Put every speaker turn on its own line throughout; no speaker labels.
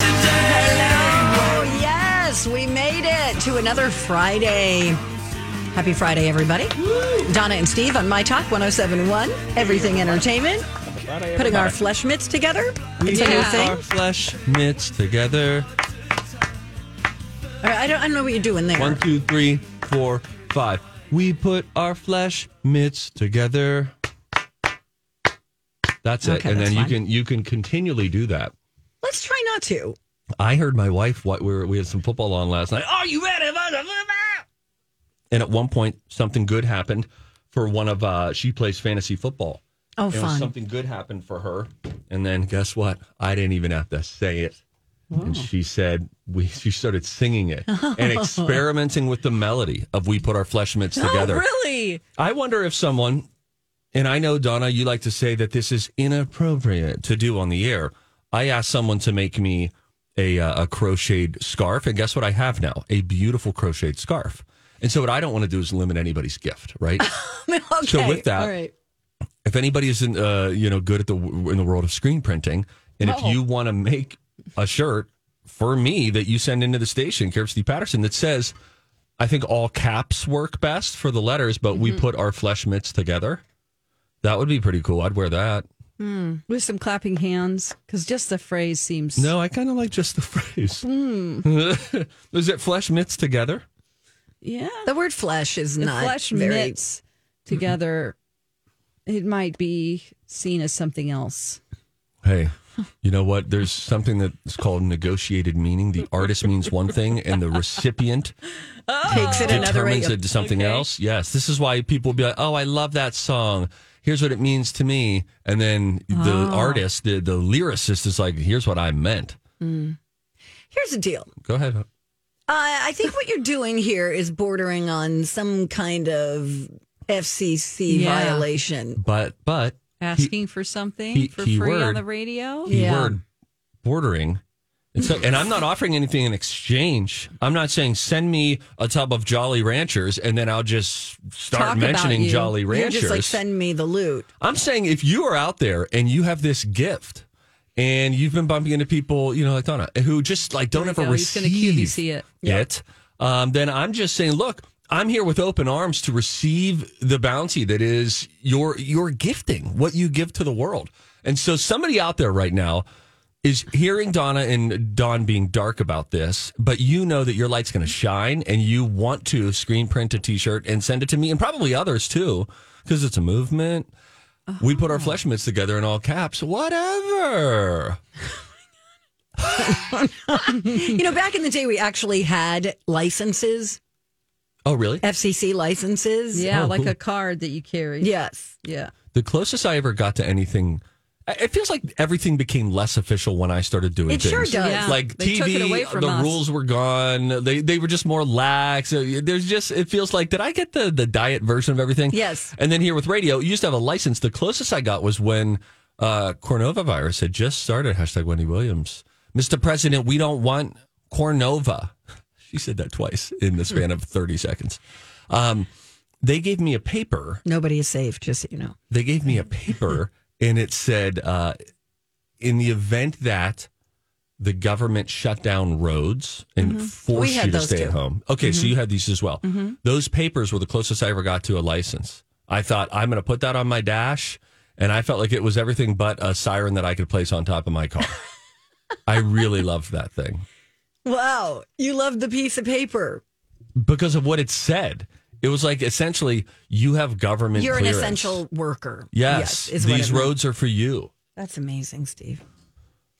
Hello. Yes, we made it to another Friday. Happy Friday, everybody. Donna and Steve on My Talk 1071, Everything Entertainment. Putting our flesh mitts together.
We
It's a new
put
thing.
our flesh mitts together.
I don't, I don't know what you're doing there.
One, two, three, four, five. We put our flesh mitts together. That's it,
Okay,
and
that's
then you
fine.
can you can continually do that.
Let's try not to.
I heard my wife. What we were, we had some football on last night. Are you ready? for the football?" And at one point, something good happened for one of. uh She plays fantasy football.
Oh,
You know,
fun.
something good happened for her. And then guess what? I didn't even have to say it. And she said we she started singing it and experimenting with the melody of We Put Our Flesh Mitts Together.
Oh, really?
I wonder if someone and I know Donna, you like to say that this is inappropriate to do on the air. I asked someone to make me a uh, a crocheted scarf, and guess what I have now? A beautiful crocheted scarf. And so what I don't want to do is limit anybody's gift, right?
okay.
with that,
All right.
if anybody isn't uh, you know good at the in the world of screen printing, and if you want to make a shirt for me that you send into the station, Kirsty Patterson, that says, I think all caps work best for the letters, but we put our flesh mitts together. That would be pretty cool. I'd wear that.
with some clapping hands because just the phrase seems
No, I kind of like just the phrase. Is it flesh mitts together?
yeah
The word flesh is
the
not
flesh
very.
knits together it might be seen as something else
Hey, you know what? There's something that's called negotiated meaning. The artist means one thing, and the recipient
Oh. Takes it another way.
determines it to something else. Yes, this is why people be like, "Oh, I love that song. Here's what it means to me." And then
Ah.
the artist, the the lyricist, is like, "Here's what I meant."
Here's the deal.
Go ahead.
Uh, I think what you're doing here is bordering on some kind of FCC
Yeah.
violation.
But but
asking for something
he-
for
he
free on
word.
the radio
keyword bordering. And, so, and I'm not offering anything in exchange. I'm not saying send me a tub of Jolly Ranchers and then I'll just start
Talk about
mentioning
you.
Jolly
You're
Ranchers.
just like, send me the loot.
I'm saying if you are out there and you have this gift and you've been bumping into people, you know, like Donna, who just like don't
There we
ever
go. He's
receive
gonna QVC it.
it, um, then I'm just saying, look, I'm here with open arms to receive the bounty that is your your gifting, what you give to the world. And so somebody out there right now is hearing Donna and Don being dark about this, but you know that your light's going to shine and you want to screen print a t-shirt and send it to me and probably others too because it's a movement. We put our flesh mitts together in all caps. Whatever.
You know, back in the day, we actually had licenses,
Oh, really?
FCC licenses.
yeah
Oh,
like
cool.
a card that you carry
Yes.
yeah
The closest I ever got to anything, I- it feels like everything became less official when I started doing
It
things.
sure does.
Yeah.
Like
They took it away
TV,
from
the
us.
rules were gone. They they were just more lax. Uh, There's just it feels like did I get the the diet version of everything?
Yes.
And then here with radio, you used to have a license. The closest I got was when uh, coronavirus had just started. Hashtag Wendy Williams, Mr. President, we don't want Cornova. She said that twice in the span of 30 seconds. Um, they gave me a paper
Nobody is safe, just so you know.
they gave me a paper and it said uh, in the event that the government shut down roads and
Mm-hmm. We
forced
had
you to
those
stay
too. Mm-hmm.
at home. Okay, so you had these as well. Those papers were the closest I ever got to a license. I thought I'm going to put that on my dash, and I felt like it was everything but a siren that I could place on top of my car. I really loved that thing
Wow. You loved the piece of paper.
because of what it said. It was like essentially you have government.
You're
clearance.
an essential worker.
Yes,
is what
these
it meant.
roads are for you.
That's amazing, Steve.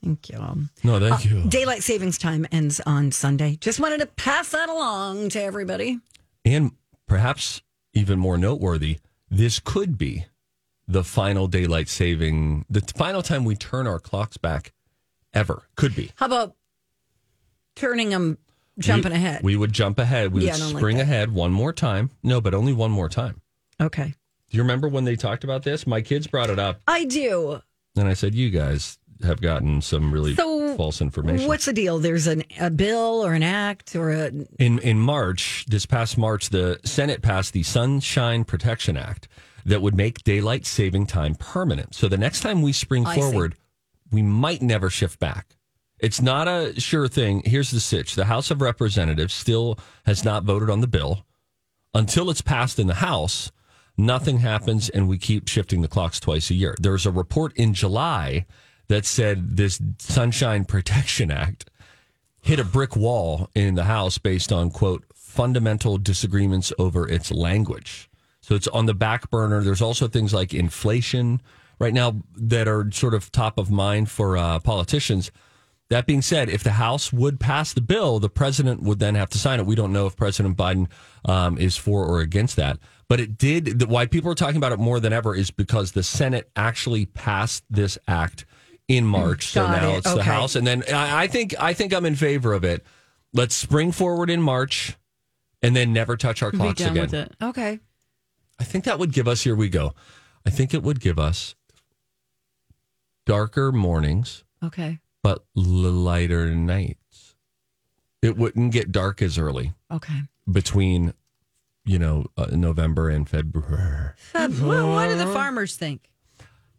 Thank you.
No, thank
Uh,
you.
Daylight savings time ends on Sunday. Just wanted to pass that along to everybody.
And perhaps even more noteworthy, this could be the final daylight saving, the final time we turn our clocks back ever. Could be.
How about turning them, jumping
we,
ahead.
We would jump ahead. We
Yeah, I
would
don't like
spring
that.
ahead one more time. No, but only one more time.
okay.
Do you remember when they talked about this? My kids brought it up,
I do.
and I said, "You guys have gotten some really
So,
false information."
What's the deal? There's an, a bill or an act or a.
In in March, this past March, the Senate passed the Sunshine Protection Act that would make daylight saving time permanent. So the next time we spring
I see.
forward, we might never shift back. It's not a sure thing. Here's the sitch. The House of Representatives still has not voted on the bill. Until it's passed in the House, nothing happens and we keep shifting the clocks twice a year. There's a report in July that said this Sunshine Protection Act hit a brick wall in the House based on, quote, fundamental disagreements over its language. So it's on the back burner. There's also things like inflation right now that are sort of top of mind for uh, politicians. That being said, if the House would pass the bill, the president would then have to sign it. We don't know if President Biden um, is for or against that. But it did, the, why people are talking about it more than ever is because the Senate actually passed this act in March. So
Got
now
it.
it's the
Okay.
House. And then I, I think I think I'm in favor of it. Let's spring forward in March and then never touch our
Be
clocks
done with
again.
it.
Okay.
I think that would give us here we go. I think it would give us darker mornings
Okay.
but l- lighter nights. It wouldn't get dark as early
Okay.
between you know uh, November and February.
well, what do the farmers think?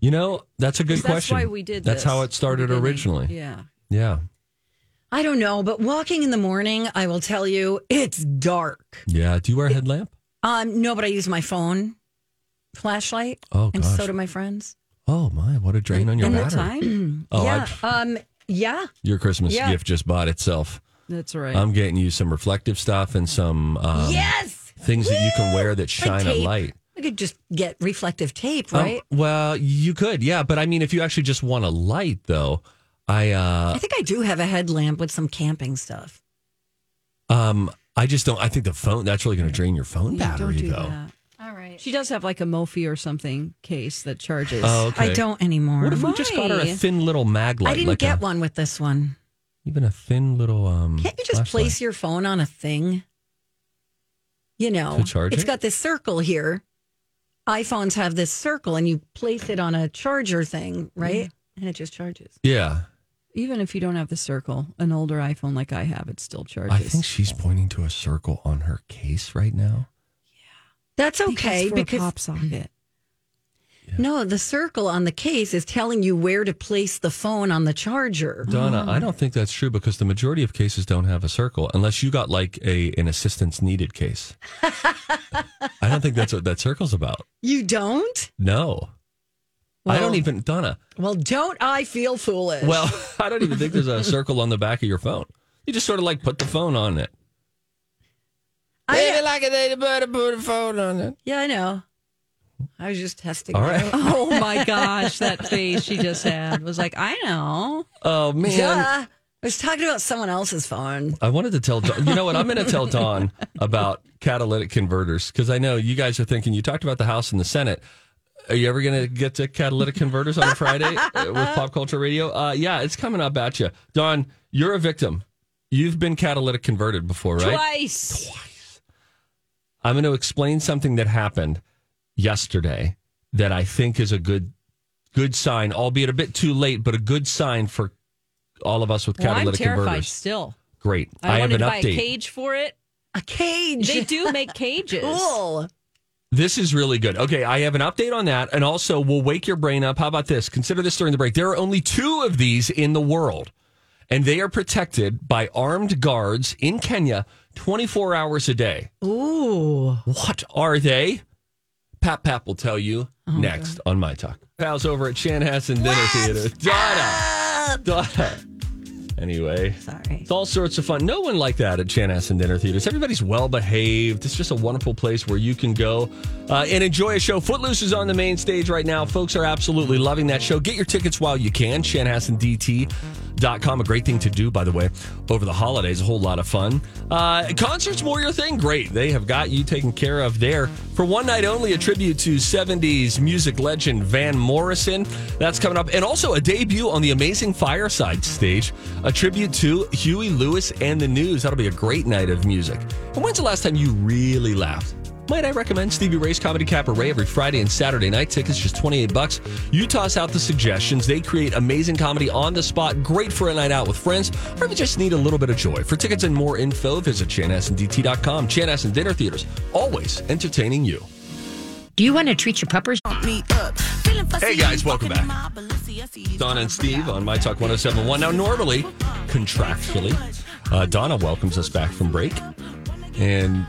You know, that's a good
That's
question.
why we did.
That's
this
how
in
it
the
started
beginning.
originally.
Yeah.
yeah.
I don't know, but walking in the morning, I will tell you, it's dark.
Yeah. Do you wear a headlamp?
Um, no, but I use my phone flashlight.
Oh,
and
gosh.
so do my friends.
Oh my, what a drain on your
And what
battery.
time?
Oh,
yeah.
I,
Um, yeah.
your Christmas
Yeah.
gift just bought itself.
That's right.
I'm getting you some reflective stuff and some um,
yes.
things that you can wear that
Like
shine a
tape.
light.
I could just get reflective tape,
Um,
right?
well, you could, yeah. But I mean, if you actually just want a light, though, I uh,
I think I do have a headlamp with some camping stuff.
Um, I just don't. I think the phone that's really going to drain your phone
Yeah,
battery,
don't do
though.
that. All right. She does have like a Mophie or something case that charges.
Oh, okay.
I don't anymore.
What if we just got her a
Why?
thin little mag light?
I didn't
like
get
a,
one with this one.
Even a thin little. Um,
Can't you just
flashlight.
place your phone on a thing? You know,
To charge
it's
it?
got this circle here. iPhones have this circle, and you place it on a charger thing, right? And it just charges.
Yeah,
Even if you don't have the circle, an older iPhone like I have, it still charges.
I think she's pointing to a circle on her case right now.
That's
I think it's
okay
for a
because
pop socket.
no, the circle on the case is telling you where to place the phone on the charger.
Donna, I
Ah.
don't think that's true because the majority of cases don't have a circle unless you got like a an assistance needed case. I don't think that's what that circle's about.
You don't?
No, I
Well-
don't even Donna.
Well, don't I feel foolish?
Well, I don't even think there's a circle on the back of your phone. You just sort of like put the phone on it.
I,
like it, they better put a phone on it.
yeah, I know. I was just testing.
All
you.
right.
Oh my gosh, that face she just had was like, I know.
Oh man.
Duh. I was talking about someone else's phone.
I wanted to tell Dawn. You know what? I'm going to tell Dawn about catalytic converters because I know you guys are thinking. You talked about the House and the Senate. Are you ever going to get to catalytic converters on a Friday uh, with Pop Culture Radio? Uh, yeah, it's coming up at you, Dawn. You're a victim. You've been catalytic converted before, right?
Twice.
I'm going to explain something that happened yesterday that I think is a good good sign, albeit a bit too late, but a good sign for all of us with
Well, I'm
catalytic
terrified
converters.
still.
Great.
I,
I, have
wanted
an
to buy a
update.
cage for it.
A cage.
They do make cages.
Cool.
This is really good. Okay, I have an update on that. And also, we'll wake your brain up. How about this? Consider this during the break. There are only two of these in the world, and they are protected by armed guards in Kenya 24 hours a day.
Ooh.
What are they? Pat Pap will tell you next on My Talk. Pals over at Chanhassen Dinner Theater. Donna! Donna! Anyway.
Sorry.
It's all sorts of fun. No one like that at Chanhassen Dinner Theaters. Everybody's well behaved. It's just a wonderful place where you can go uh, and enjoy a show. Footloose is on the main stage right now. Folks are absolutely loving that show. Get your tickets while you can. ChanhassenDT.com. Ticketmaster.com. A great thing to do, by the way, over the holidays. A whole lot of fun. Uh, concerts more your thing. Great. They have got you taken care of there. For one night only, a tribute to 70s music legend Van Morrison. That's coming up. And also a debut on the Amazing Fireside stage, a tribute to Huey Lewis and the News. That'll be a great night of music. And when's the last time you really laughed? Might I recommend Stevie Ray's Comedy Cabaret every Friday and Saturday night? Tickets just 28 bucks. You toss out the suggestions. They create amazing comedy on the spot, great for a night out with friends, or if you just need a little bit of joy. For tickets and more info, visit chanassendt.com. Chanas and Dinner Theaters, always entertaining you.
Do you want to treat your puppers?
Hey guys, welcome back. Donna and Steve on My Talk 1071. Now, normally, contractually, uh, Donna welcomes us back from break. And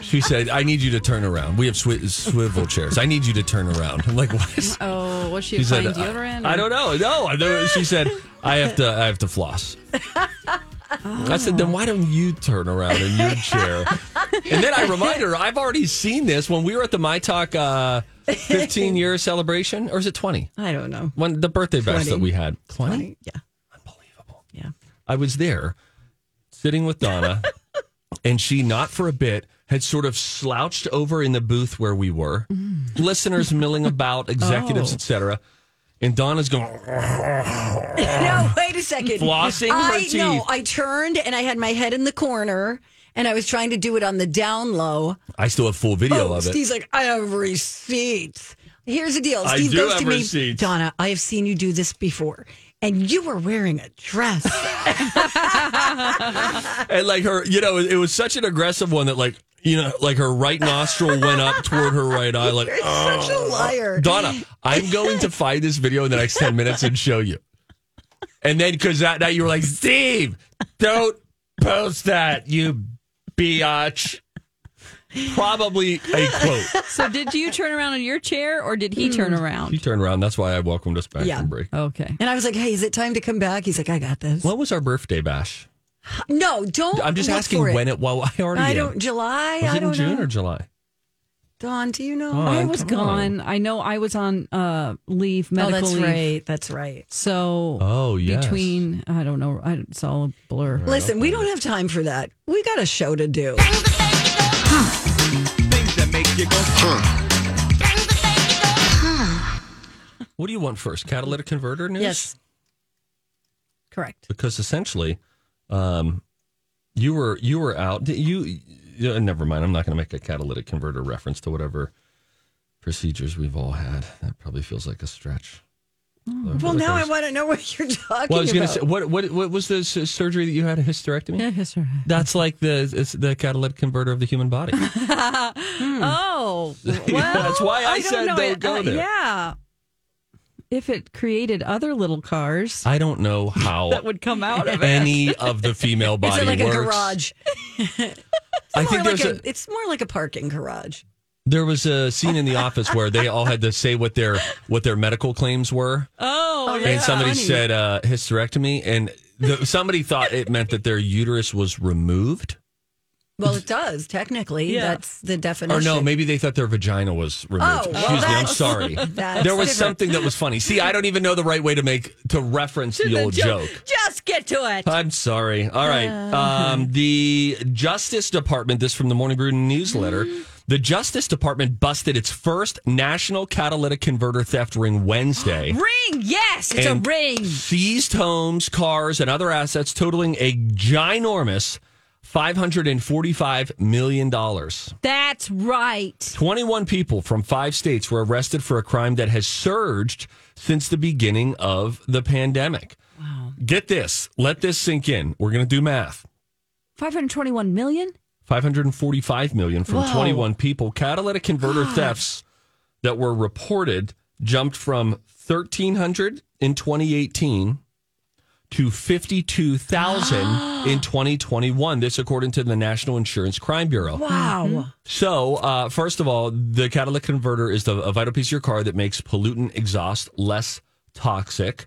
she said, I need you to turn around. We have swi- swivel chairs. I need you to turn around. I'm like, what?
Oh, was she,
She said,
applying deodorant?
I, I
or-
don't know. No, I don't- she said, I have to. I have to floss. I said, then why don't you turn around in your chair? And then I remind her, I've already seen this when we were at the My Talk uh, 15 year celebration, or is it 20?
I don't know.
When the birthday bash that we had, 20?
Yeah.
Unbelievable.
Yeah.
I was there sitting with Donna, and she, not for a bit, had sort of slouched over in the booth where we were, listeners milling about, executives,
Mm. Oh.
etc. And Donna's going,
No, wait a second.
Flossing her
I
teeth.
know. I turned and I had my head in the corner and I was trying to do it on the down low.
I still have full video
Oh,
of it.
Steve's like, I have receipts. Here's the deal.
I
Steve
do
goes
have
to me,
receipts.
Donna. I have seen you do this before, and you were wearing a dress.
And like her, you know, it was such an aggressive one that like, you know, like her right nostril went up toward her right eye. Like, "Oh."
Such a liar.
Donna, I'm going to find this video in the next 10 minutes and show you. And then, because that night you were like, Steve, don't post that, you biatch. Probably a quote.
So did you turn around in your chair or did he turn
You
around?
turn around. That's why I welcomed us back
Yeah.
from break.
Okay.
And I was like, Hey, is it time to come back? He's like, I got this.
When was our birthday bash?
No, don't.
I'm just
look
asking
for it.
when it. Well, I already.
I
am.
don't. July.
Was
I
it in
don't
June
know.
or July?
Dawn, do you know?
I
Dawn,
was
come on.
gone. I know I was on uh, leave,
oh,
medical
that's
leave.
right. That's right.
So
Oh, yes.
between I don't know, I, it's all a blur.
Listen, we don't have time for that. We got a show to do.
What do you want first? Catalytic converter news?
Yes. Correct.
because essentially, um, you were you were out. You, you never mind. I'm not going to make a catalytic converter reference to whatever procedures we've all had. That probably feels like a stretch.
Well, now I want to know what you're talking
Well, I was going to
about.
say, what what what was the s- surgery that you had? A hysterectomy.
Yeah, yes, sir.
That's like the it's the catalytic converter of the human body. Hmm.
Oh, well,
That's why I
don't
said
know
don't
it-
go there.
yeah, if it created other little cars
I don't know how
that would come out of it.
any of the female
Is
body
it like
works.
a garage?
I
More
think
like
there's a,
a, it's more like a parking garage.
there was a scene in the office where they all had to say what their what their medical claims were.
Oh,
and somebody said uh, hysterectomy, and the, somebody thought it meant that their uterus was removed,
Well, it does technically.
Yeah.
That's the definition.
or no, maybe they thought their vagina was removed.
Oh, well,
Excuse me, I'm
that's-
sorry.
that's
There was
different.
something that was funny. See, I don't even know the right way to make to reference the, old joke.
Just get to it.
I'm sorry. All right. Um, the Justice Department, this from the Morning Brew newsletter. The Justice Department busted its first national catalytic converter theft ring Wednesday.
Ring, yes, it's
and
a ring.
Seized homes, cars, and other assets totaling a ginormous $545 million.
That's right.
21 people from five states were arrested for a crime that has surged since the beginning of the pandemic. Wow. Get this. Let this sink in. We're going to do math.
Five hundred twenty-one million.
545 million from
Whoa.
21 people. Catalytic converter thefts that were reported jumped from 1,300 in 2018 to 52,000 in 2021. This, according to the National Insurance Crime Bureau.
Wow.
So, uh, first of all, the catalytic converter is the, a vital piece of your car that makes pollutant exhaust less toxic.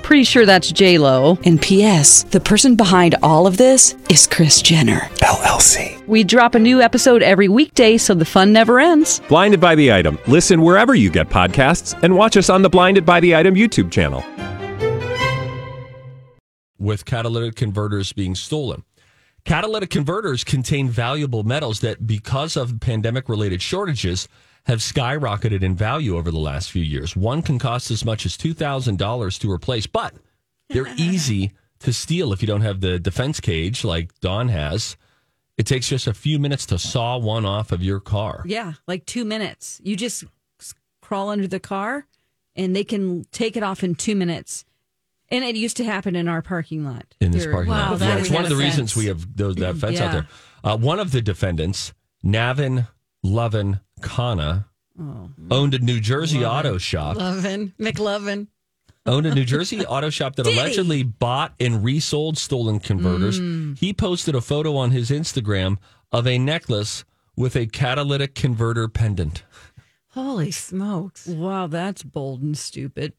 Pretty sure that's J Lo.
And P.S. The person behind all of this is Chris Jenner.
LLC.
We drop a new episode every weekday, so the fun never ends.
Blinded by the item. Listen wherever you get podcasts, and watch us on the Blinded by the Item YouTube channel.
with catalytic converters being stolen. Catalytic converters contain valuable metals that, because of pandemic related shortages, have skyrocketed in value over the last few years. One can cost as much as $2,000 to replace, but they're easy to steal if you don't have the defense cage like Don has. It takes just a few minutes to saw one off of your car.
Yeah, like two minutes. You just s- crawl under the car and they can take it off in two minutes. And it used to happen in our parking lot.
in this
There-
parking
Wow,
lot.
that
Yeah,
is
it's one of the
offense.
reasons we have those, that fence out
Yeah.
there. Uh, one of the defendants, Navin Lovin Kana, owned a New Jersey auto shop.
Lovin, McLovin.
Owned a New Jersey auto shop that allegedly bought and resold stolen converters. He posted a photo on his Instagram of a necklace with a catalytic converter pendant.
Holy smokes.
Wow, that's bold and stupid.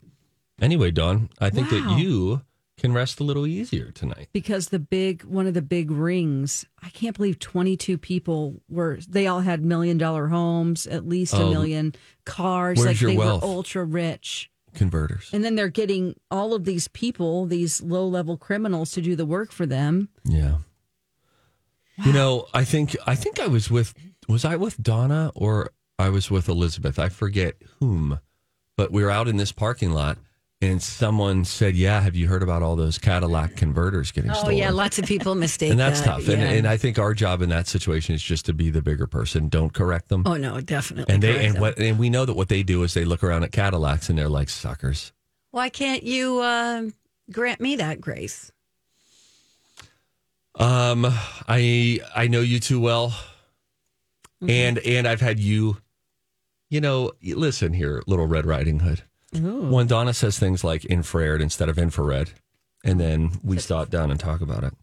Anyway, Don, I think
Wow.
that you can rest a little easier tonight.
Because the big one of the big rings, I can't believe 22 people were they all had million dollar homes, at least a
Oh,
million cars,
where's
like
your
they
wealth?
were ultra rich.
Converters.
And then they're getting all of these people, these low level criminals, to do the work for them.
Yeah. You know, I think I think I was with was I with Donna or I was with Elizabeth? I forget whom, but we were out in this parking lot and someone said, "Yeah, have you heard about all those Cadillac converters getting
Oh,
stolen?"
yeah. Lots of people mistake
and that's
that,
tough. And,
yeah.
and I think our job in that situation is just to be the bigger person. Don't correct them.
oh, no, definitely.
and they
correct
and
them.
what and we know that what they do is they look around at Cadillacs and they're like suckers.
Why can't you uh, grant me that grace?
Um, I I know you too well, and and I've had you. You know, listen here, little Red Riding Hood. When Donna says things like infrared instead of infrared, and then we stop down and talk about it.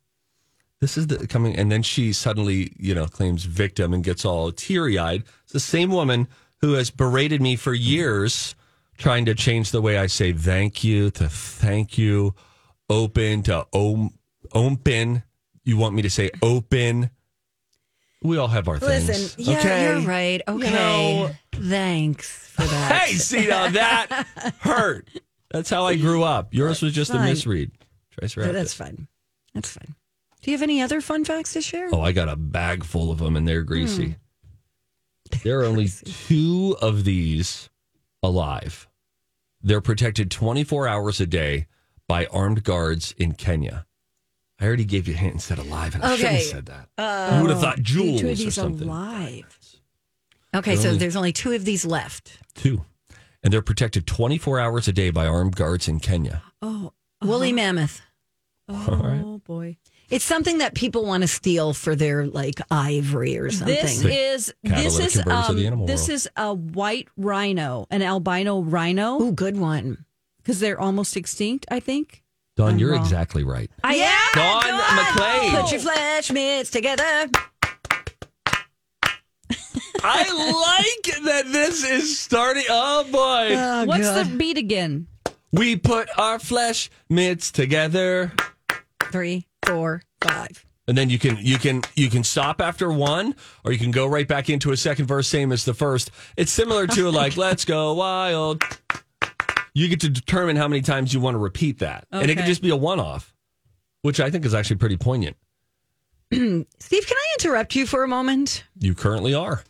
This is the coming, and then she suddenly, you know, claims victim and gets all teary eyed. It's the same woman who has berated me for years, trying to change the way I say thank you to thank you, open to om, open. You want me to say open? We all have our things.
Listen, yeah, you're right. Okay. Thanks for that.
Hey, see now that hurt. That's how I grew up. Yours was just a
Fine.
misread. Trace
But
wrapped
that's
it.
fine. That's fine. Do you have any other fun facts to share?
Oh, I got a bag full of them, and they're greasy.
Hmm.
There are only two of these alive. They're protected 24 hours a day by armed guards in Kenya. I already gave you a hint and said alive, and I shouldn't have
Okay.
said that. you would have thought jewels
Two Uh, of
or
these
something.
alive.
Okay, so there's only two of these left.
Two. And they're protected 24 hours a day by armed guards in Kenya.
Oh,
Woolly mammoth.
oh boy.
It's something that people want to steal for their like ivory or something.
This
The
is this
catalytic
is
converters of the
um,
animal
this
world.
is a white rhino, an albino rhino,
Ooh, good one.
because they're almost extinct. I think.
Don,
I'm
you're
wrong.
exactly right.
I am
Don McLean.
Put your flesh mitts together.
I like that this is starting. Oh boy,
What's the beat again?
we put our flesh mitts together,
Three, four, five.
and then you can you can you can stop after one, or you can go right back into a second verse, same as the first. It's similar to like "Let's Go Wild." You get to determine how many times you want to repeat that, and it could
Okay.
just be a one-off, which I think is actually pretty poignant.
Steve, can I interrupt you for a moment?
You currently are.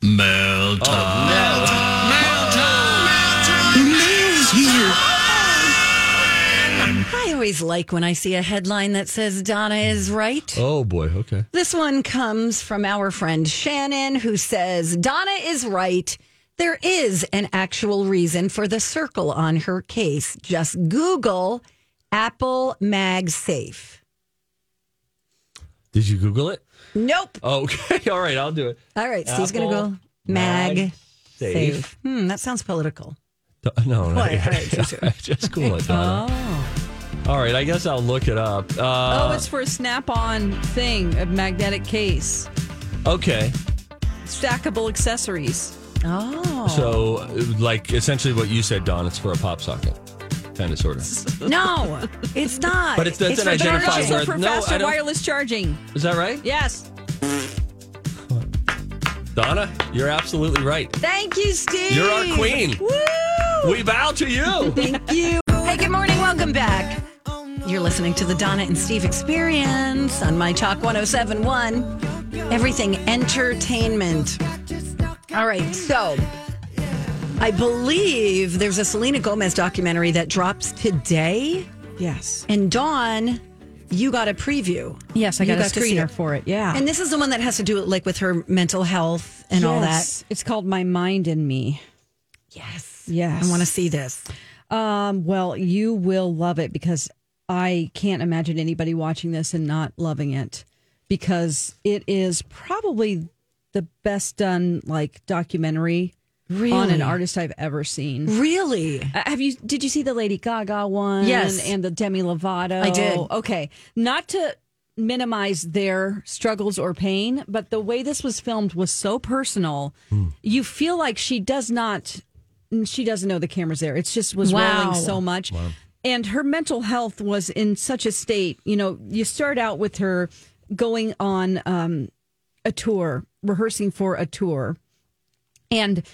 I always like when I see a headline that says Donna is right.
Oh boy, okay.
This one comes from our friend Shannon, who says Donna is right. There is an actual reason for the circle on her case. Just Google Apple MagSafe.
Did you Google it?
Nope.
Okay, all right, I'll do it.
All right, Steve's going to
Apple
go Mag
Safe.
Safe. Hmm, that sounds political.
No, no.
Why? All right, Oh. too soon.
Just cool it, Donna. All right, I guess I'll look it up.
oh,
Uh,
it's for a snap-on thing, a magnetic case,
okay.
stackable accessories.
Oh.
So, uh, like, essentially what you said, Don, it's for a pop socket, kind of, sort of.
No, it's not.
But it's- that's an
for
identifier.
batteries.
Identify
also
where-
for
no, I
faster
don't-
wireless charging.
Is that right?
Yes.
Donna, you're absolutely right.
Thank you, Steve.
You're our queen.
Woo!
We bow to you.
Thank you. Hey, good morning. Welcome back. You're listening to the Donna and Steve Experience on My Talk 1071, everything entertainment. All right, so I believe there's a Selena Gomez documentary that drops today.
Yes.
And Dawn, you got a preview.
Yes, I
You
got,
got
a
to see
screener
it.
for it. Yeah.
And this is the one that has to do with like with her mental health and all that.
Yes. It's called My Mind and Me.
Yes.
Yes.
I want to see this.
Um, well, you will love it because I can't imagine anybody watching this and not loving it because it is probably the best done like documentary on
Really?
an artist I've ever seen.
Really?
Uh, Have you? Did you see the Lady Gaga one?
Yes.
and the Demi Lovato.
I did.
Okay, not to minimize their struggles or pain, but the way this was filmed was so personal. You feel like she does not. She doesn't know the camera's there. It's just was
Wow.
rolling so much. And her mental health was in such a state. You know, you start out with her going on um, a tour, rehearsing for a tour. And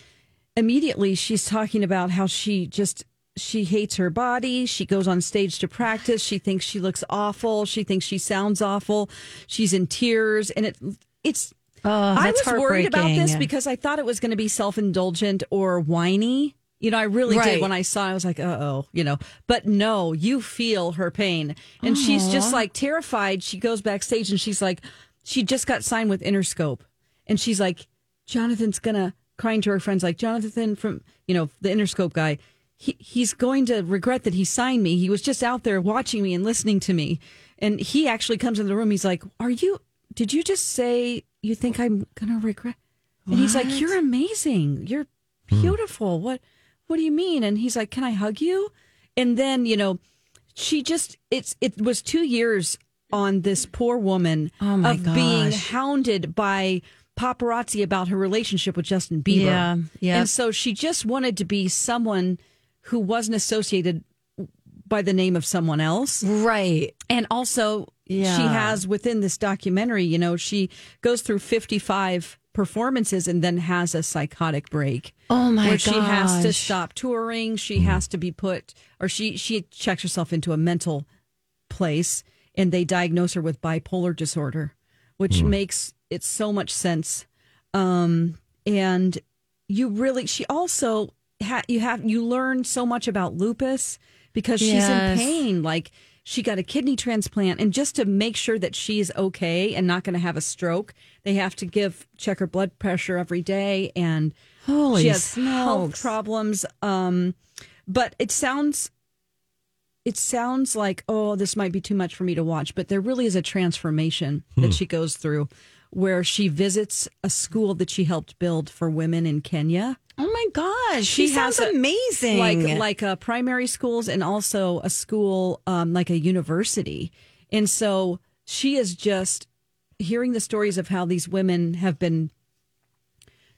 immediately she's talking about how she just she hates her body. She goes on stage to practice. She thinks she looks awful. She thinks she sounds awful. She's in tears and it it's I was
Oh, that's
worried about this
heartbreaking.
because I thought it was going to be self-indulgent or whiny. You know, I really
Right.
did when I saw it, I was like, uh oh, you know. But no, you feel her pain. And she's just like terrified. She goes backstage and she's like, she just got signed with Interscope. And she's like, Jonathan's gonna crying to her friends, like, Jonathan from you know, the Interscope guy, he he's going to regret that he signed me. He was just out there watching me and listening to me. And he actually comes in the room, he's like, Are you did you just say you think I'm gonna regret and he's like, "You're amazing. You're beautiful. What what do you mean?" And he's like, "Can I hug you?" And then, you know, she just it's it was 2 years on this poor woman
Oh
of being hounded by paparazzi about her relationship with Justin Bieber.
Yeah, yeah.
And so she just wanted to be someone who wasn't associated by the name of someone else.
Right.
And also,
Yeah.
she has within this documentary, you know, she goes through 55 performances and then has a psychotic break.
Oh, my
Where she has to
gosh. Mm-hmm.
stop touring, she has to be put or she she checks herself into a mental place and they diagnose her with bipolar disorder, which
Mm.
makes it so much sense. Um and you really she also ha- you have you learn so much about lupus because she's in
Yes.
pain like she got a kidney transplant and just to make sure that she's okay and not going to have a stroke they have to give check her blood pressure every day and
Holy
she has health
smokes.
problems um but it sounds it sounds like oh this might be too much for me to watch but there really is a transformation that she goes through where she visits a school that she helped build for women in Kenya
Oh my gosh. She,
She
sounds
has a-
amazing.
like like uh, primary schools and also a school um, like a university and so she is just hearing the stories of how these women have been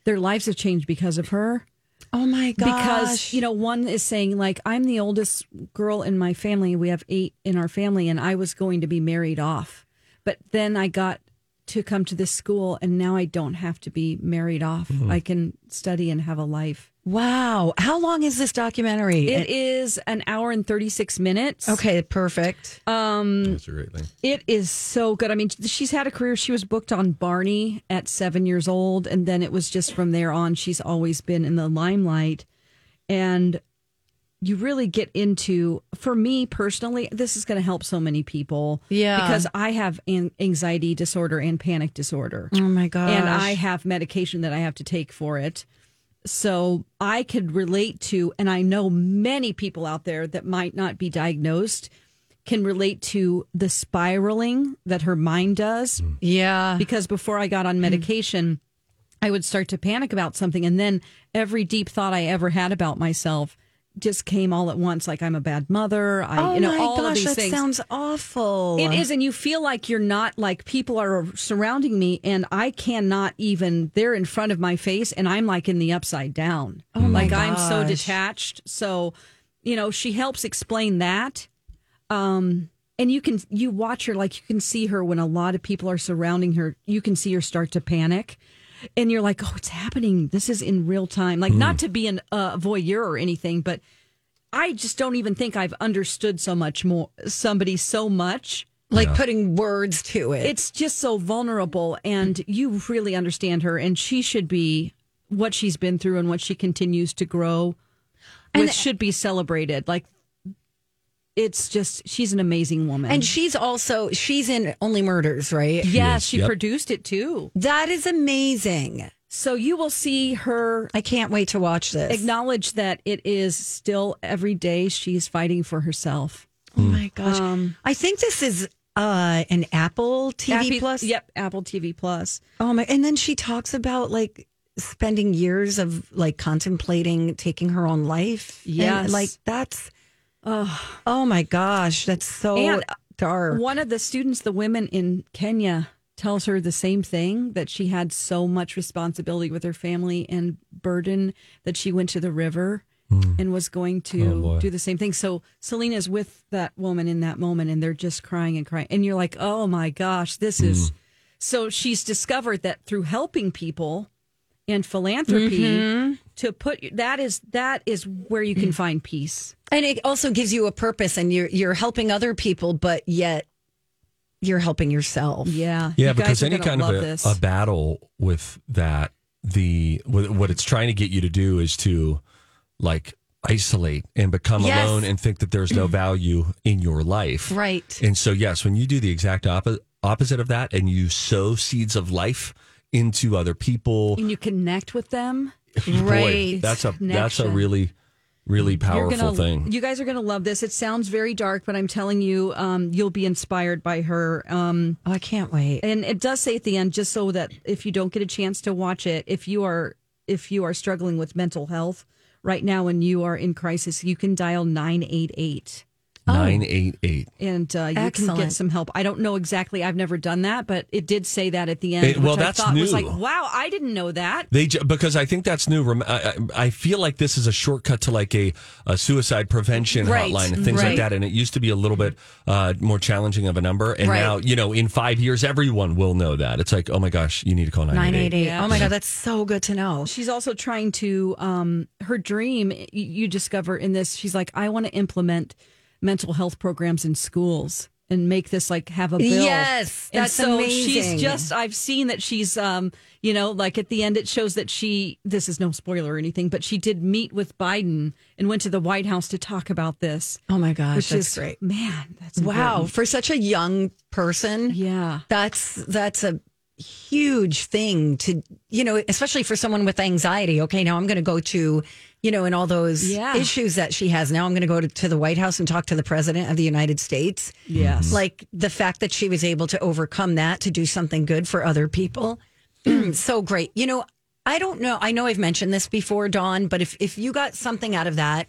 their lives have changed because of her
Oh my gosh.
because you know one is saying like i'm the oldest girl in my family we have eight in our family and i was going to be married off but then i got to come to this school and now i don't have to be married off
Mm-hmm.
i can study and have a life
Wow. How long is this documentary?
it is an hour and 36 minutes.
okay, perfect.
That's a great thing.
It is so good. I mean, she's had a career. She was booked on Barney at seven years old. And then it was just from there on, she's always been in the limelight. And you really get into, for me personally, this is going to help so many people.
Yeah.
Because I have an anxiety disorder and panic disorder.
oh my gosh.
uh,
and I have medication that I have to take for it. So I could relate to, and I know many people out there that might not be diagnosed can relate to the spiraling that her mind does.
Mm. yeah.
Because before I
Mm.
got on medication, I would start to panic about something, and then every deep thought I ever had about myself just came all at once. Like I'm a bad mother. I,
oh
you know,
my
all
gosh,
of these
that
things.
sounds awful.
It is, and you feel like you're not like people are surrounding me, and I cannot even. They're in front of my face, and I'm like in the upside down. Oh my like I'm so
gosh.
detached. So, you know, she helps explain that. Um, and you can you watch her like you can see her when a lot of people are surrounding her. You can see her start to panic. And you're like, oh, it's happening. This is in real time. Like, not to be an uh, voyeur or anything, but I just don't even think I've understood so much more somebody so much.
Like putting words to it.
It's just so vulnerable and you really understand her and she should be what she's been through and what she continues to grow and should be celebrated. Like it's just she's an amazing woman.
and she's also she's in Only Murders, right?
yeah,
is,
she
yep.
produced it too.
That is amazing.
So you will see her
I can't wait to watch this.
acknowledge that it is still every day she's fighting for herself.
oh my gosh.
Um,
I think this is uh an Apple TV
Apple-
Plus.
Yep, Apple TV Plus.
Oh my and then she talks about like spending years of like contemplating taking her own life.
Yes.
And, like that's oh, my gosh, that's so
And
dark.
One of the students, the women in Kenya, tells her the same thing that she had so much responsibility with her family and burden that she went to the river
Hmm.
and was going
Oh,
to do the same thing. So Selena's with that woman in that moment and they're just crying and crying. And you're like, oh my gosh, this is.
Hmm.
So she's discovered that through helping people and philanthropy to put that is that is where you can find peace.
and it also gives you a purpose and you're you're helping other people, but yet you're helping yourself.
Yeah.
Yeah,
You guys
because
are
any
gonna
kind of
love
a,
this.
a battle with that, the with, what it's trying to get you to do is to like isolate and become
Yes.
alone and think that there's no value in your life.
Right.
And so, yes, when you do the exact oppo- opposite of that and you sow seeds of life into other people,
and you connect with them.
boy,
Right.
that's a that's a
Connection.
really really powerful
gonna,
thing.
You guys are going to love this. It sounds very dark, but I'm telling you, um, you'll be inspired by her. Um,
Oh, I can't wait.
and it does say at the end, just so that if you don't get a chance to watch it, if you are if you are struggling with mental health right now and you are in crisis, you can dial nine eight eight.
Nine eight eight.
And uh, you can get
Excellent.
some help. I don't know exactly. I've never done that, but it did say that at the end.
It- well,
which
that's
I thought was
new.
like, wow, I didn't know that.
They ju- because I think that's new. Rem- I, I I feel like this is a shortcut to like a, a suicide prevention
Right,
hotline and things like
right.
that. And it used to be a little bit uh, more challenging of a number, and
Right.
now you know in five years everyone will know that. It's like oh my gosh, you need to call nine eight
988.
eight.
Yeah.
Oh my God, that's so good to know.
she's also trying to um her dream y- you discover in this she's like i want to implement mental health programs in schools and make this like have a bill
Yes,
and
that's
so
amazing.
she's just i've seen that she's um you know like at the end it shows that she this is no spoiler or anything but she did meet with biden and went to the white house to talk about this
Oh my gosh,
which
that's
is
great.
man that's
Wow,
important.
for such a young person,
yeah
that's that's a huge thing to you know, especially for someone with anxiety. Okay, now I'm going to go to you know, and all those
Yeah.
issues that she has. Now I'm going to go to, to the White House and talk to the President of the United States.
yes
Like the fact that she was able to overcome that to do something good for other people.
Mm.
so great. You know, I don't know. I know I've mentioned this before, Dawn, but if, if you got something out of that,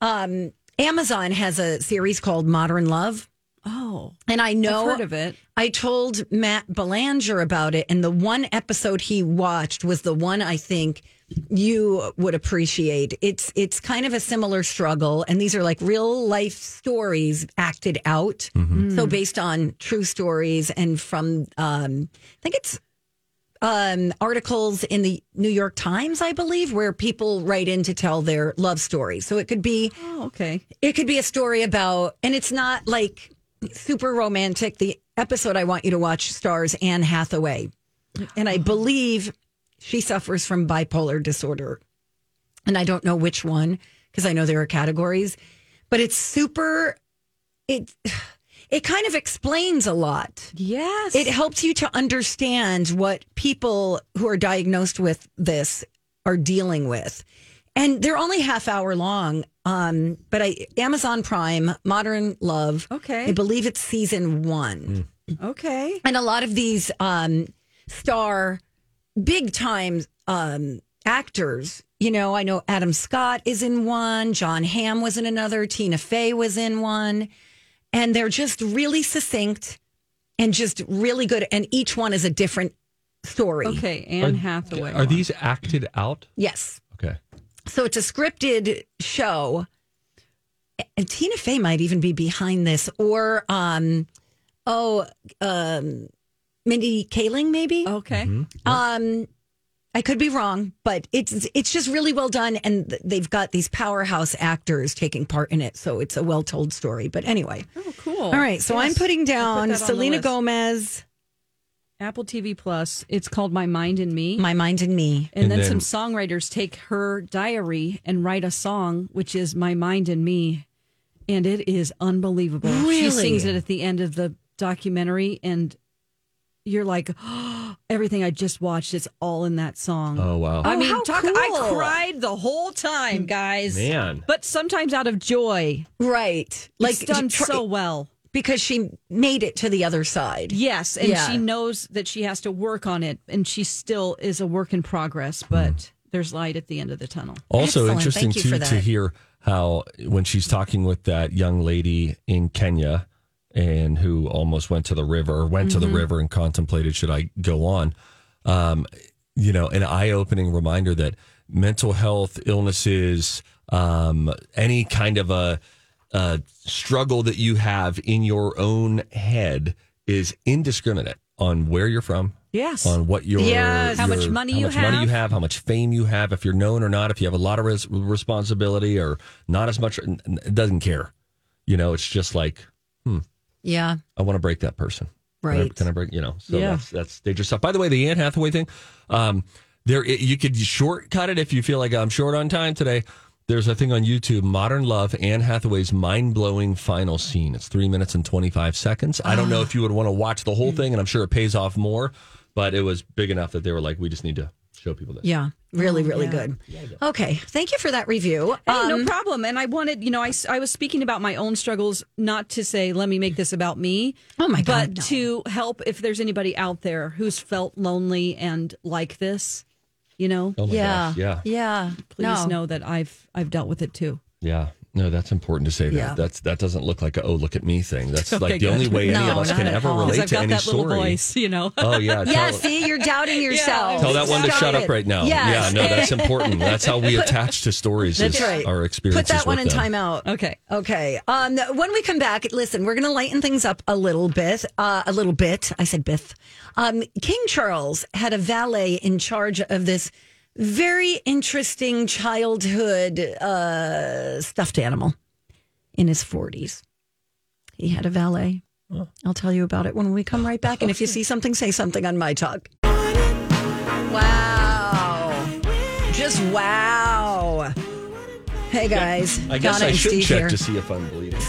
um, Amazon has a series called Modern Love.
oh
And I know
I've heard of it
I told Matt Belanger about it, and the one episode he watched was the one I think you would appreciate. It's it's kind of a similar struggle, and these are like real life stories acted out, so based on true stories and from um, I think it's um, articles in the New York Times, I believe, where people write in to tell their love stories. So it could be
oh okay
it could be a story about, and it's not like super romantic. The episode I want you to watch stars Anne Hathaway, and I believe she suffers from bipolar disorder, and I don't know which one because I know there are categories, but it's super. It it kind of explains a lot.
yes
It helps you to understand what people who are diagnosed with this are dealing with. And they're only half hour long. Um, but I Amazon Prime, Modern Love.
Okay.
I believe it's season one.
okay
And a lot of these um star big time um actors you know, I know Adam Scott is in one, John Hamm was in another, Tina Fey was in one, and they're just really succinct and just really good. And each one is a different story.
Okay, Anne Hathaway.
Are these acted out?
Yes.
Okay.
So it's a scripted show. And Tina Fey might even be behind this, or um, oh, um, Mindy Kaling maybe.
okay.
Um, I could be wrong, but it's it's just really well done, and th- they've got these powerhouse actors taking part in it, so it's a well told story. But anyway,
Oh, cool.
all right. So I'm putting down
that on the
Selena
list.
Gomez,
Apple TV Plus. It's called My Mind and Me.
My Mind and Me.
and,
And
then,
then-
some songwriters take her diary and write a song, which is My Mind and Me. And it is unbelievable. She
Really?
sings it at the end of the documentary, and you're like, oh, everything I just watched is all in that song.
Oh wow.
I mean,
how
talk, I
cool.
cried the whole time, guys.
Man.
But sometimes out of joy.
Right,
Like,
like
done
she-
so well.
because she made it to the other side.
Yes, and
Yeah.
she knows that she has to work on it, and she still is a work in progress, but there's light at the end of the tunnel.
Also
Excellent.
interesting
Thank you for
too to
that.
hear how when she's talking with that young lady in Kenya and who almost went to the river or went
Mm-hmm.
to the river and contemplated should I go on. Um, you know, an eye-opening reminder that mental health illnesses, um, any kind of a, a struggle that you have in your own head is indiscriminate on where you're from,
Yes.
on what your
Yes. How much
your-
money
how
you
much money you
have.
have, how much fame you have, if you're known or not, if you have a lot of res- responsibility or not as much. n- n- It doesn't care. You know, it's just like
Yeah,
I want to break that person. Can I-
Right.
Can I break? You know. So
Yeah.
that's that's dangerous stuff. By the way, the Anne Hathaway thing. Um, there it, you could shortcut it if you feel like I'm short on time today. There's a thing on YouTube, Modern Love, Anne Hathaway's mind blowing final scene. It's three minutes and 25 seconds. I don't know if you would want to watch the whole thing, and I'm sure it pays off more, but it was big enough that they were like, we just need to show people this.
Oh, yeah, really, really good. Okay, thank you for that review. Um,
Hey, no problem. And I wanted, you know, I, s- I was speaking about my own struggles, not to say, let me make this about me.
Oh, my God,
But
no.
to help if there's anybody out there who's felt lonely and like this, you know,
Oh my
yeah,
gosh. Yeah.
yeah.
please know that I've I've dealt with it too.
Yeah. No, that's important to say that.
Yeah.
That's that doesn't look like a oh look at me thing. That's like
Okay,
the only
good.
way any
No,
of us
not
can
at
ever
all. 'Cause
relate
Because I've
to
got
any
that
story.
little voice, you know.
Oh yeah.
Yeah,
tell-
see, you're doubting yourself.
Tell that one to
Stop
shut
it.
up right now.
Yes.
Yeah, no, that's important. That's how we attach to stories.
That's
is
right.
Our
Put
experiences.
that one
with
in
them.
timeout.
Okay.
Okay. Um, when we come back, listen, we're going to lighten things up a little bit. Uh, a little bit. I said bith. Um, King Charles had a valet in charge of this very interesting childhood uh, stuffed animal in his 40s. He had a valet. I'll tell you about it when we come right back. And if you see something, say something on my talk. Wow. Just wow. Hey guys.
I guess
Donna
I
and
should
Steve
check
here.
to see if I'm bleeding.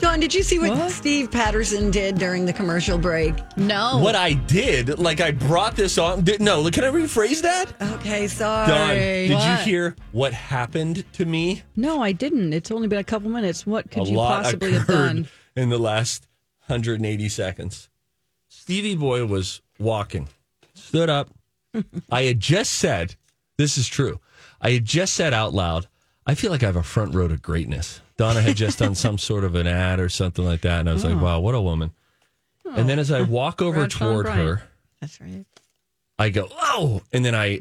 Dawn, did you see what,
What?
Steve Patterson did during the commercial break?
No.
What I did, like I brought this on. Did, no, can I rephrase that?
Okay,
Don,
sorry.
did you hear what happened to me?
No, I didn't. It's only been a couple minutes. What could
a
you
lot
possibly
occurred
have done?
in the last 180 seconds. Stevie Boy was walking, stood up. I had just said, this is true. I had just said out loud, I feel like I have a front row to greatness. Donna had just done some sort of an ad or something like that. And I was
Oh.
like, wow, what a woman. And then as I walk over
Rod Fong
toward
Bryant.
her,
That's right.
I go, oh. And then I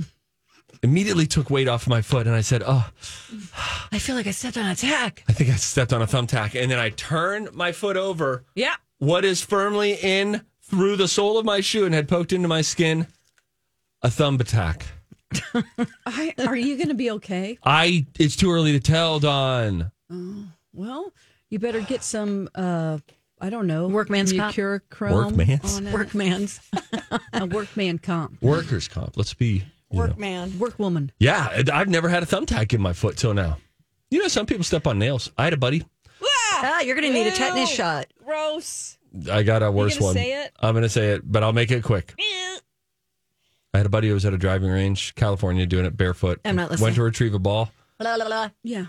immediately took weight off my foot and I said, oh,
I feel like I stepped on a tack.
I think I stepped on a thumbtack. And then I turned my foot over.
Yeah.
what is firmly in through the sole of my shoe and had poked into my skin a thumb attack.
I, are you going to be okay?
I it's too early to tell, Don.
Well, you better get some. uh I don't know.
Workman's comp.
mucurochrome
Workman's?
on it.
Workman's
a workman comp.
Workers comp. Let's be you know.
workman.
Workwoman.
Yeah, and I've never had a thumbtack in my foot till now. You know, some people step on nails. I had a buddy.
Ah, you're going to need a tetanus
Ew.
shot.
Gross.
I got a worse
gonna
one.
say it?
I'm going to say it, but I'll make it quick. I had a buddy who was at a driving range, California, doing it barefoot.
I'm not
Went
listening.
to retrieve a ball,
La, la, la,
Yeah.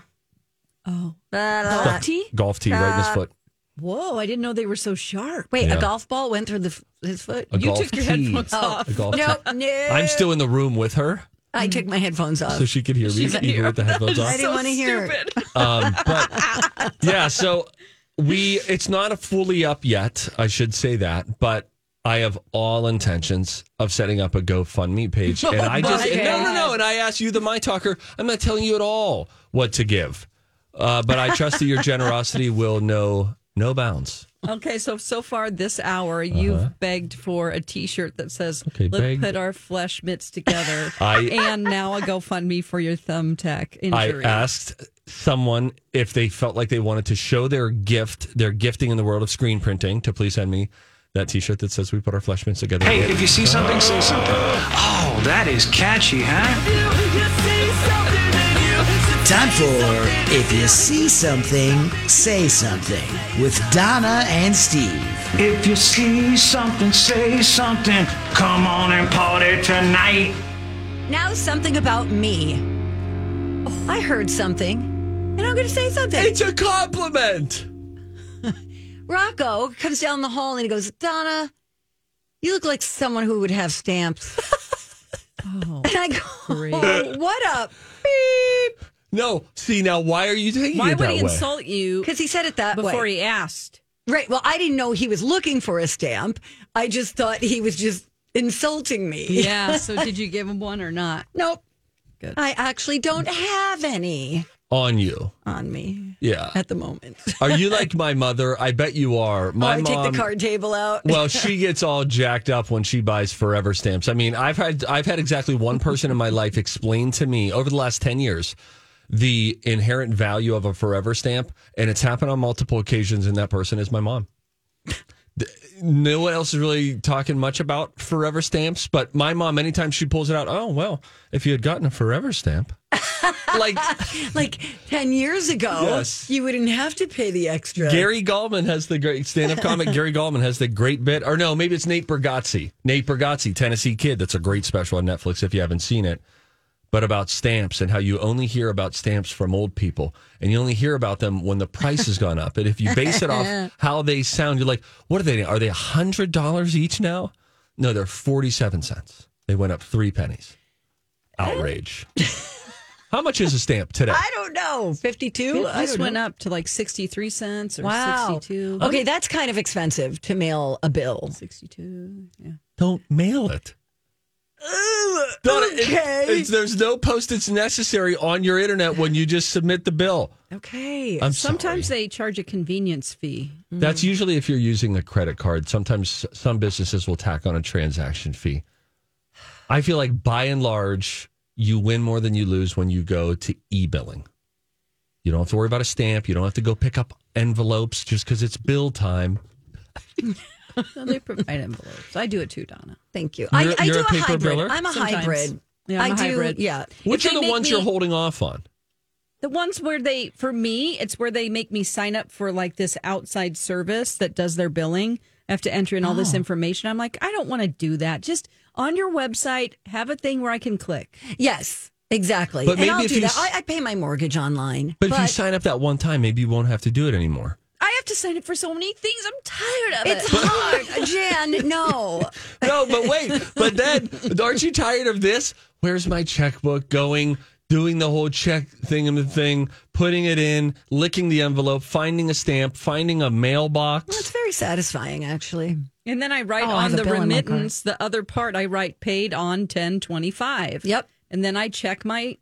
Oh.
la, la, Uh, la.
Golf tee?
golf tee right in his foot.
Whoa, I didn't know they were so sharp.
Wait,
Yeah.
a golf ball went through the, f- his foot?
A
You
golf
took your
tee.
headphones off.
A golf
Oh. No,
tee.
no.
I'm still in the room with her.
I took my headphones off.
so she could hear me even with the headphones on.
I didn't want to hear it.
Um, but yeah, so we it's not a fully up yet. I should say that, but I have all intentions of setting up a GoFundMe page, and I just
my
no no no. And I asked you, the my talker, I'm not telling you at all what to give, uh, but I trust that your generosity will know no bounds.
Okay, so so far this hour, you've begged for a T-shirt that says
Uh-huh. Okay,
"Let's
begged.
put our flesh mitts together,"
I-
and now a GoFundMe for your thumbtack
I
injury.
asked someone if they felt like they wanted to show their gift, their gifting in the world of screen printing, to please send me that T-shirt that says "We put our fleshments together."
Hey, if you see something, say something. Oh, that is catchy, huh?
Time for If You See Something, Say Something with Donna and Steve.
If you see something, say something. Come on and party tonight.
Now something about me. I heard something, and I'm going to say something.
It's a compliment.
Rocco comes down the hall and he goes, Donna, you look like someone who would have stamps. and I go, "Oh, what up?
No, see now, why are you taking
Why
it
would
that
he
way?
insult you
Because he said it that
before
way.
he asked?
right. Well, I didn't know he was looking for a stamp. I just thought he was just insulting me.
Yeah. So did you give him one or not?
Nope.
Good.
I actually don't have any
On you,
on me
yeah.
at the moment.
Are you like my mother? I bet you are.
Oh,
My
I
mom.
take the card table out.
well, she gets all jacked up when she buys forever stamps. I mean, I've had I've had exactly one person in my life explain to me over the last 10 years the inherent value of a forever stamp and it's happened on multiple occasions and that person is my mom. Th- No one else is really talking much about forever stamps, but my mom anytime she pulls it out, oh well, if you had gotten a forever stamp. like
like 10 years ago,
Yes.
you wouldn't have to pay the extra.
Gary Gallman has the great stand-up comic. Gary Gallman has the great bit, or no, maybe it's Nate Bargatze. Nate Bargatze, Tennessee kid. That's a great special on Netflix if you haven't seen it. But about stamps and how you only hear about stamps from old people, and you only hear about them when the price has gone up. And if you base it off how they sound, you're like, what are they? Are they hundred dollars each now? No, they're forty-seven cents. They went up three pennies. Outrage. how much is a stamp today?
I don't know. 52? I
This
don't know.
went up to like sixty-three cents or sixty-two.
Okay, that's kind of expensive to mail a bill.
Sixty-two. Yeah.
Don't mail it. Don't- it-
okay.
it's- there's no post-its necessary on your internet when you just submit the bill.
Okay.
I'm
Sometimes
sorry.
they charge a convenience fee.
That's
Mm-hmm.
usually if you're using a credit card. Sometimes some businesses will tack on a transaction fee. I feel like by and large, you win more than you lose when you go to e-billing. You don't have to worry about a stamp. You don't have to go pick up envelopes just because it's bill time.
So they provide envelopes. I do it too, Donna.
Thank you. I,
You're-
I
you're
do
a
a,
paper
hybrid.
biller?
I'm a
Sometimes.
hybrid.
Yeah, I'm
I
a
do.
hybrid.
Yeah.
Which
If
are
they
the
make
ones you're
me-
holding off on?
The ones where they, for me, it's where they make me sign up for like this outside service that does their billing. I have to enter in all this information. I'm like, I don't want to do that. Just on your website, have a thing where I can click.
Yes. Exactly.
But
and
maybe
I'll
if
do
you
that.
s-
I, I pay my mortgage online.
But if you sign up that one time, maybe you won't have to do it anymore.
I have to sign up for so many things. I'm tired of
it's
it.
hard, Jan. No.
No, but wait. But then, aren't you tired of this? Where's my checkbook going? Doing the whole check thing and the thing, putting it in, licking the envelope, finding a stamp, finding a
It's
mailbox.
very satisfying, actually.
And then I write
Oh, I
on
have a
the
bill in my card.
remittance, the other part I write paid on ten twenty five.
Yep.
And then I check my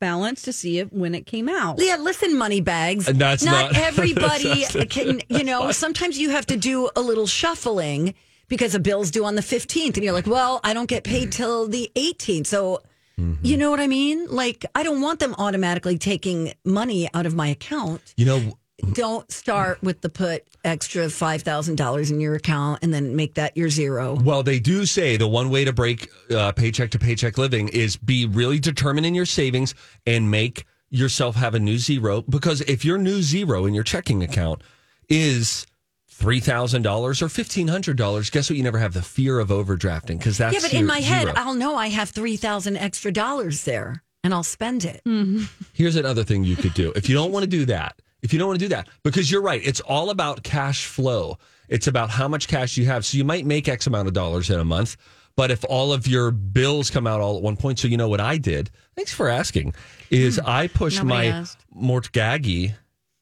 balance to see it when it came out.
Leah, listen, money bags.
And that's not-
everybody can, you know, sometimes you have to do a little shuffling because a bill's due on the 15th. And you're like, well, I don't get paid till the 18th. So, you
Mm-hmm.
know what I mean? Like, I don't want them automatically taking money out of my account.
You know,
Don't start with the put extra $5,000 in your account and then make that your zero.
well, they do say the one way to break uh, paycheck to paycheck living is be really determined in your savings and make yourself have a new zero. Because if your new zero in your checking account is three thousand dollars or fifteen hundred dollars, guess what? You never have the fear of overdrafting because that's
yeah, but
your
in my head,
zero.
I'll know I have 3000 extra dollars there and I'll spend it.
Mm.
Here's another thing you could do. If you don't want to do that, if you don't want to do that, because you're right, it's all about cash flow. It's about how much cash you have. So you might make X amount of dollars in a month, but if all of your bills come out all at one point, so you know what I did. Thanks for asking. Is I pushed
Hmm. Nobody
my
asked.
mortgage.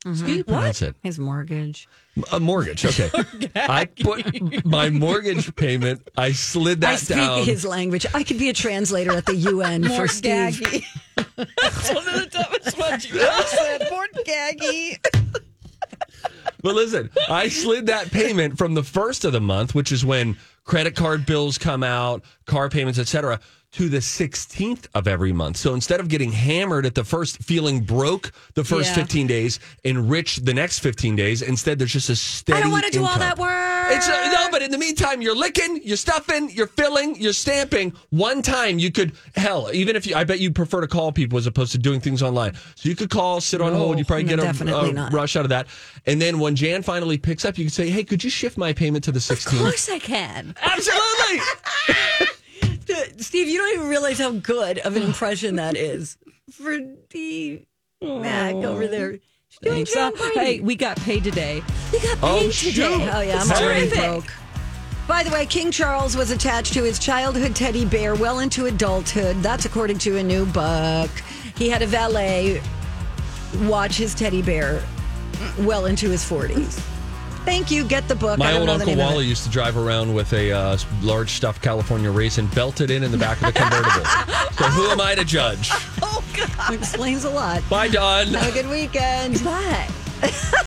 How do you pronounce it?
His mortgage.
A mortgage. Okay. I put my mortgage payment. I slid that
I speak
down.
his language. I could be a translator at the UN for Steve.
That's one of the dumbest ones you ever said. Mort gaggy.
But listen, I slid that payment from the first of the month, which is when credit card bills come out, car payments, etc., to the 16th of every month. So instead of getting hammered at the first, feeling broke the first
Yeah.
15 days and rich the next 15 days, instead there's just a steady.
I don't want to do all
income.
that work.
It's uh, no, but in the meantime, you're licking, you're stuffing, you're filling, you're stamping. One time, you could hell, even if you, I bet you prefer to call people as opposed to doing things online. So you could call, sit on hold, you probably
no,
get a,
definitely
a
not.
rush out of that, and then when Jan finally picks up, you can say, "Hey, could you shift my payment to the
Of
16th?"
course I can.
Absolutely.
Steve, you don't even realize how good of an impression that is for D Mac over there. She's doing
Thanks. Uh,
John Brady.
hey, we got paid today.
We got paid
Oh, shoot.
today.
Oh yeah,
It's
I'm already
terrific.
broke. By the way, King Charles was attached to his childhood teddy bear well into adulthood. That's according to a new book. He had a valet watch his teddy bear well into his 40s. Thank you. Get the book. I
My
don't
old
know the
uncle
name of it.
Wally used to drive around with a uh, large stuffed California raisin belted in in the back of a convertible. so who am I to judge?
Explains a lot.
Bye, Don.
Have a good weekend. Bye.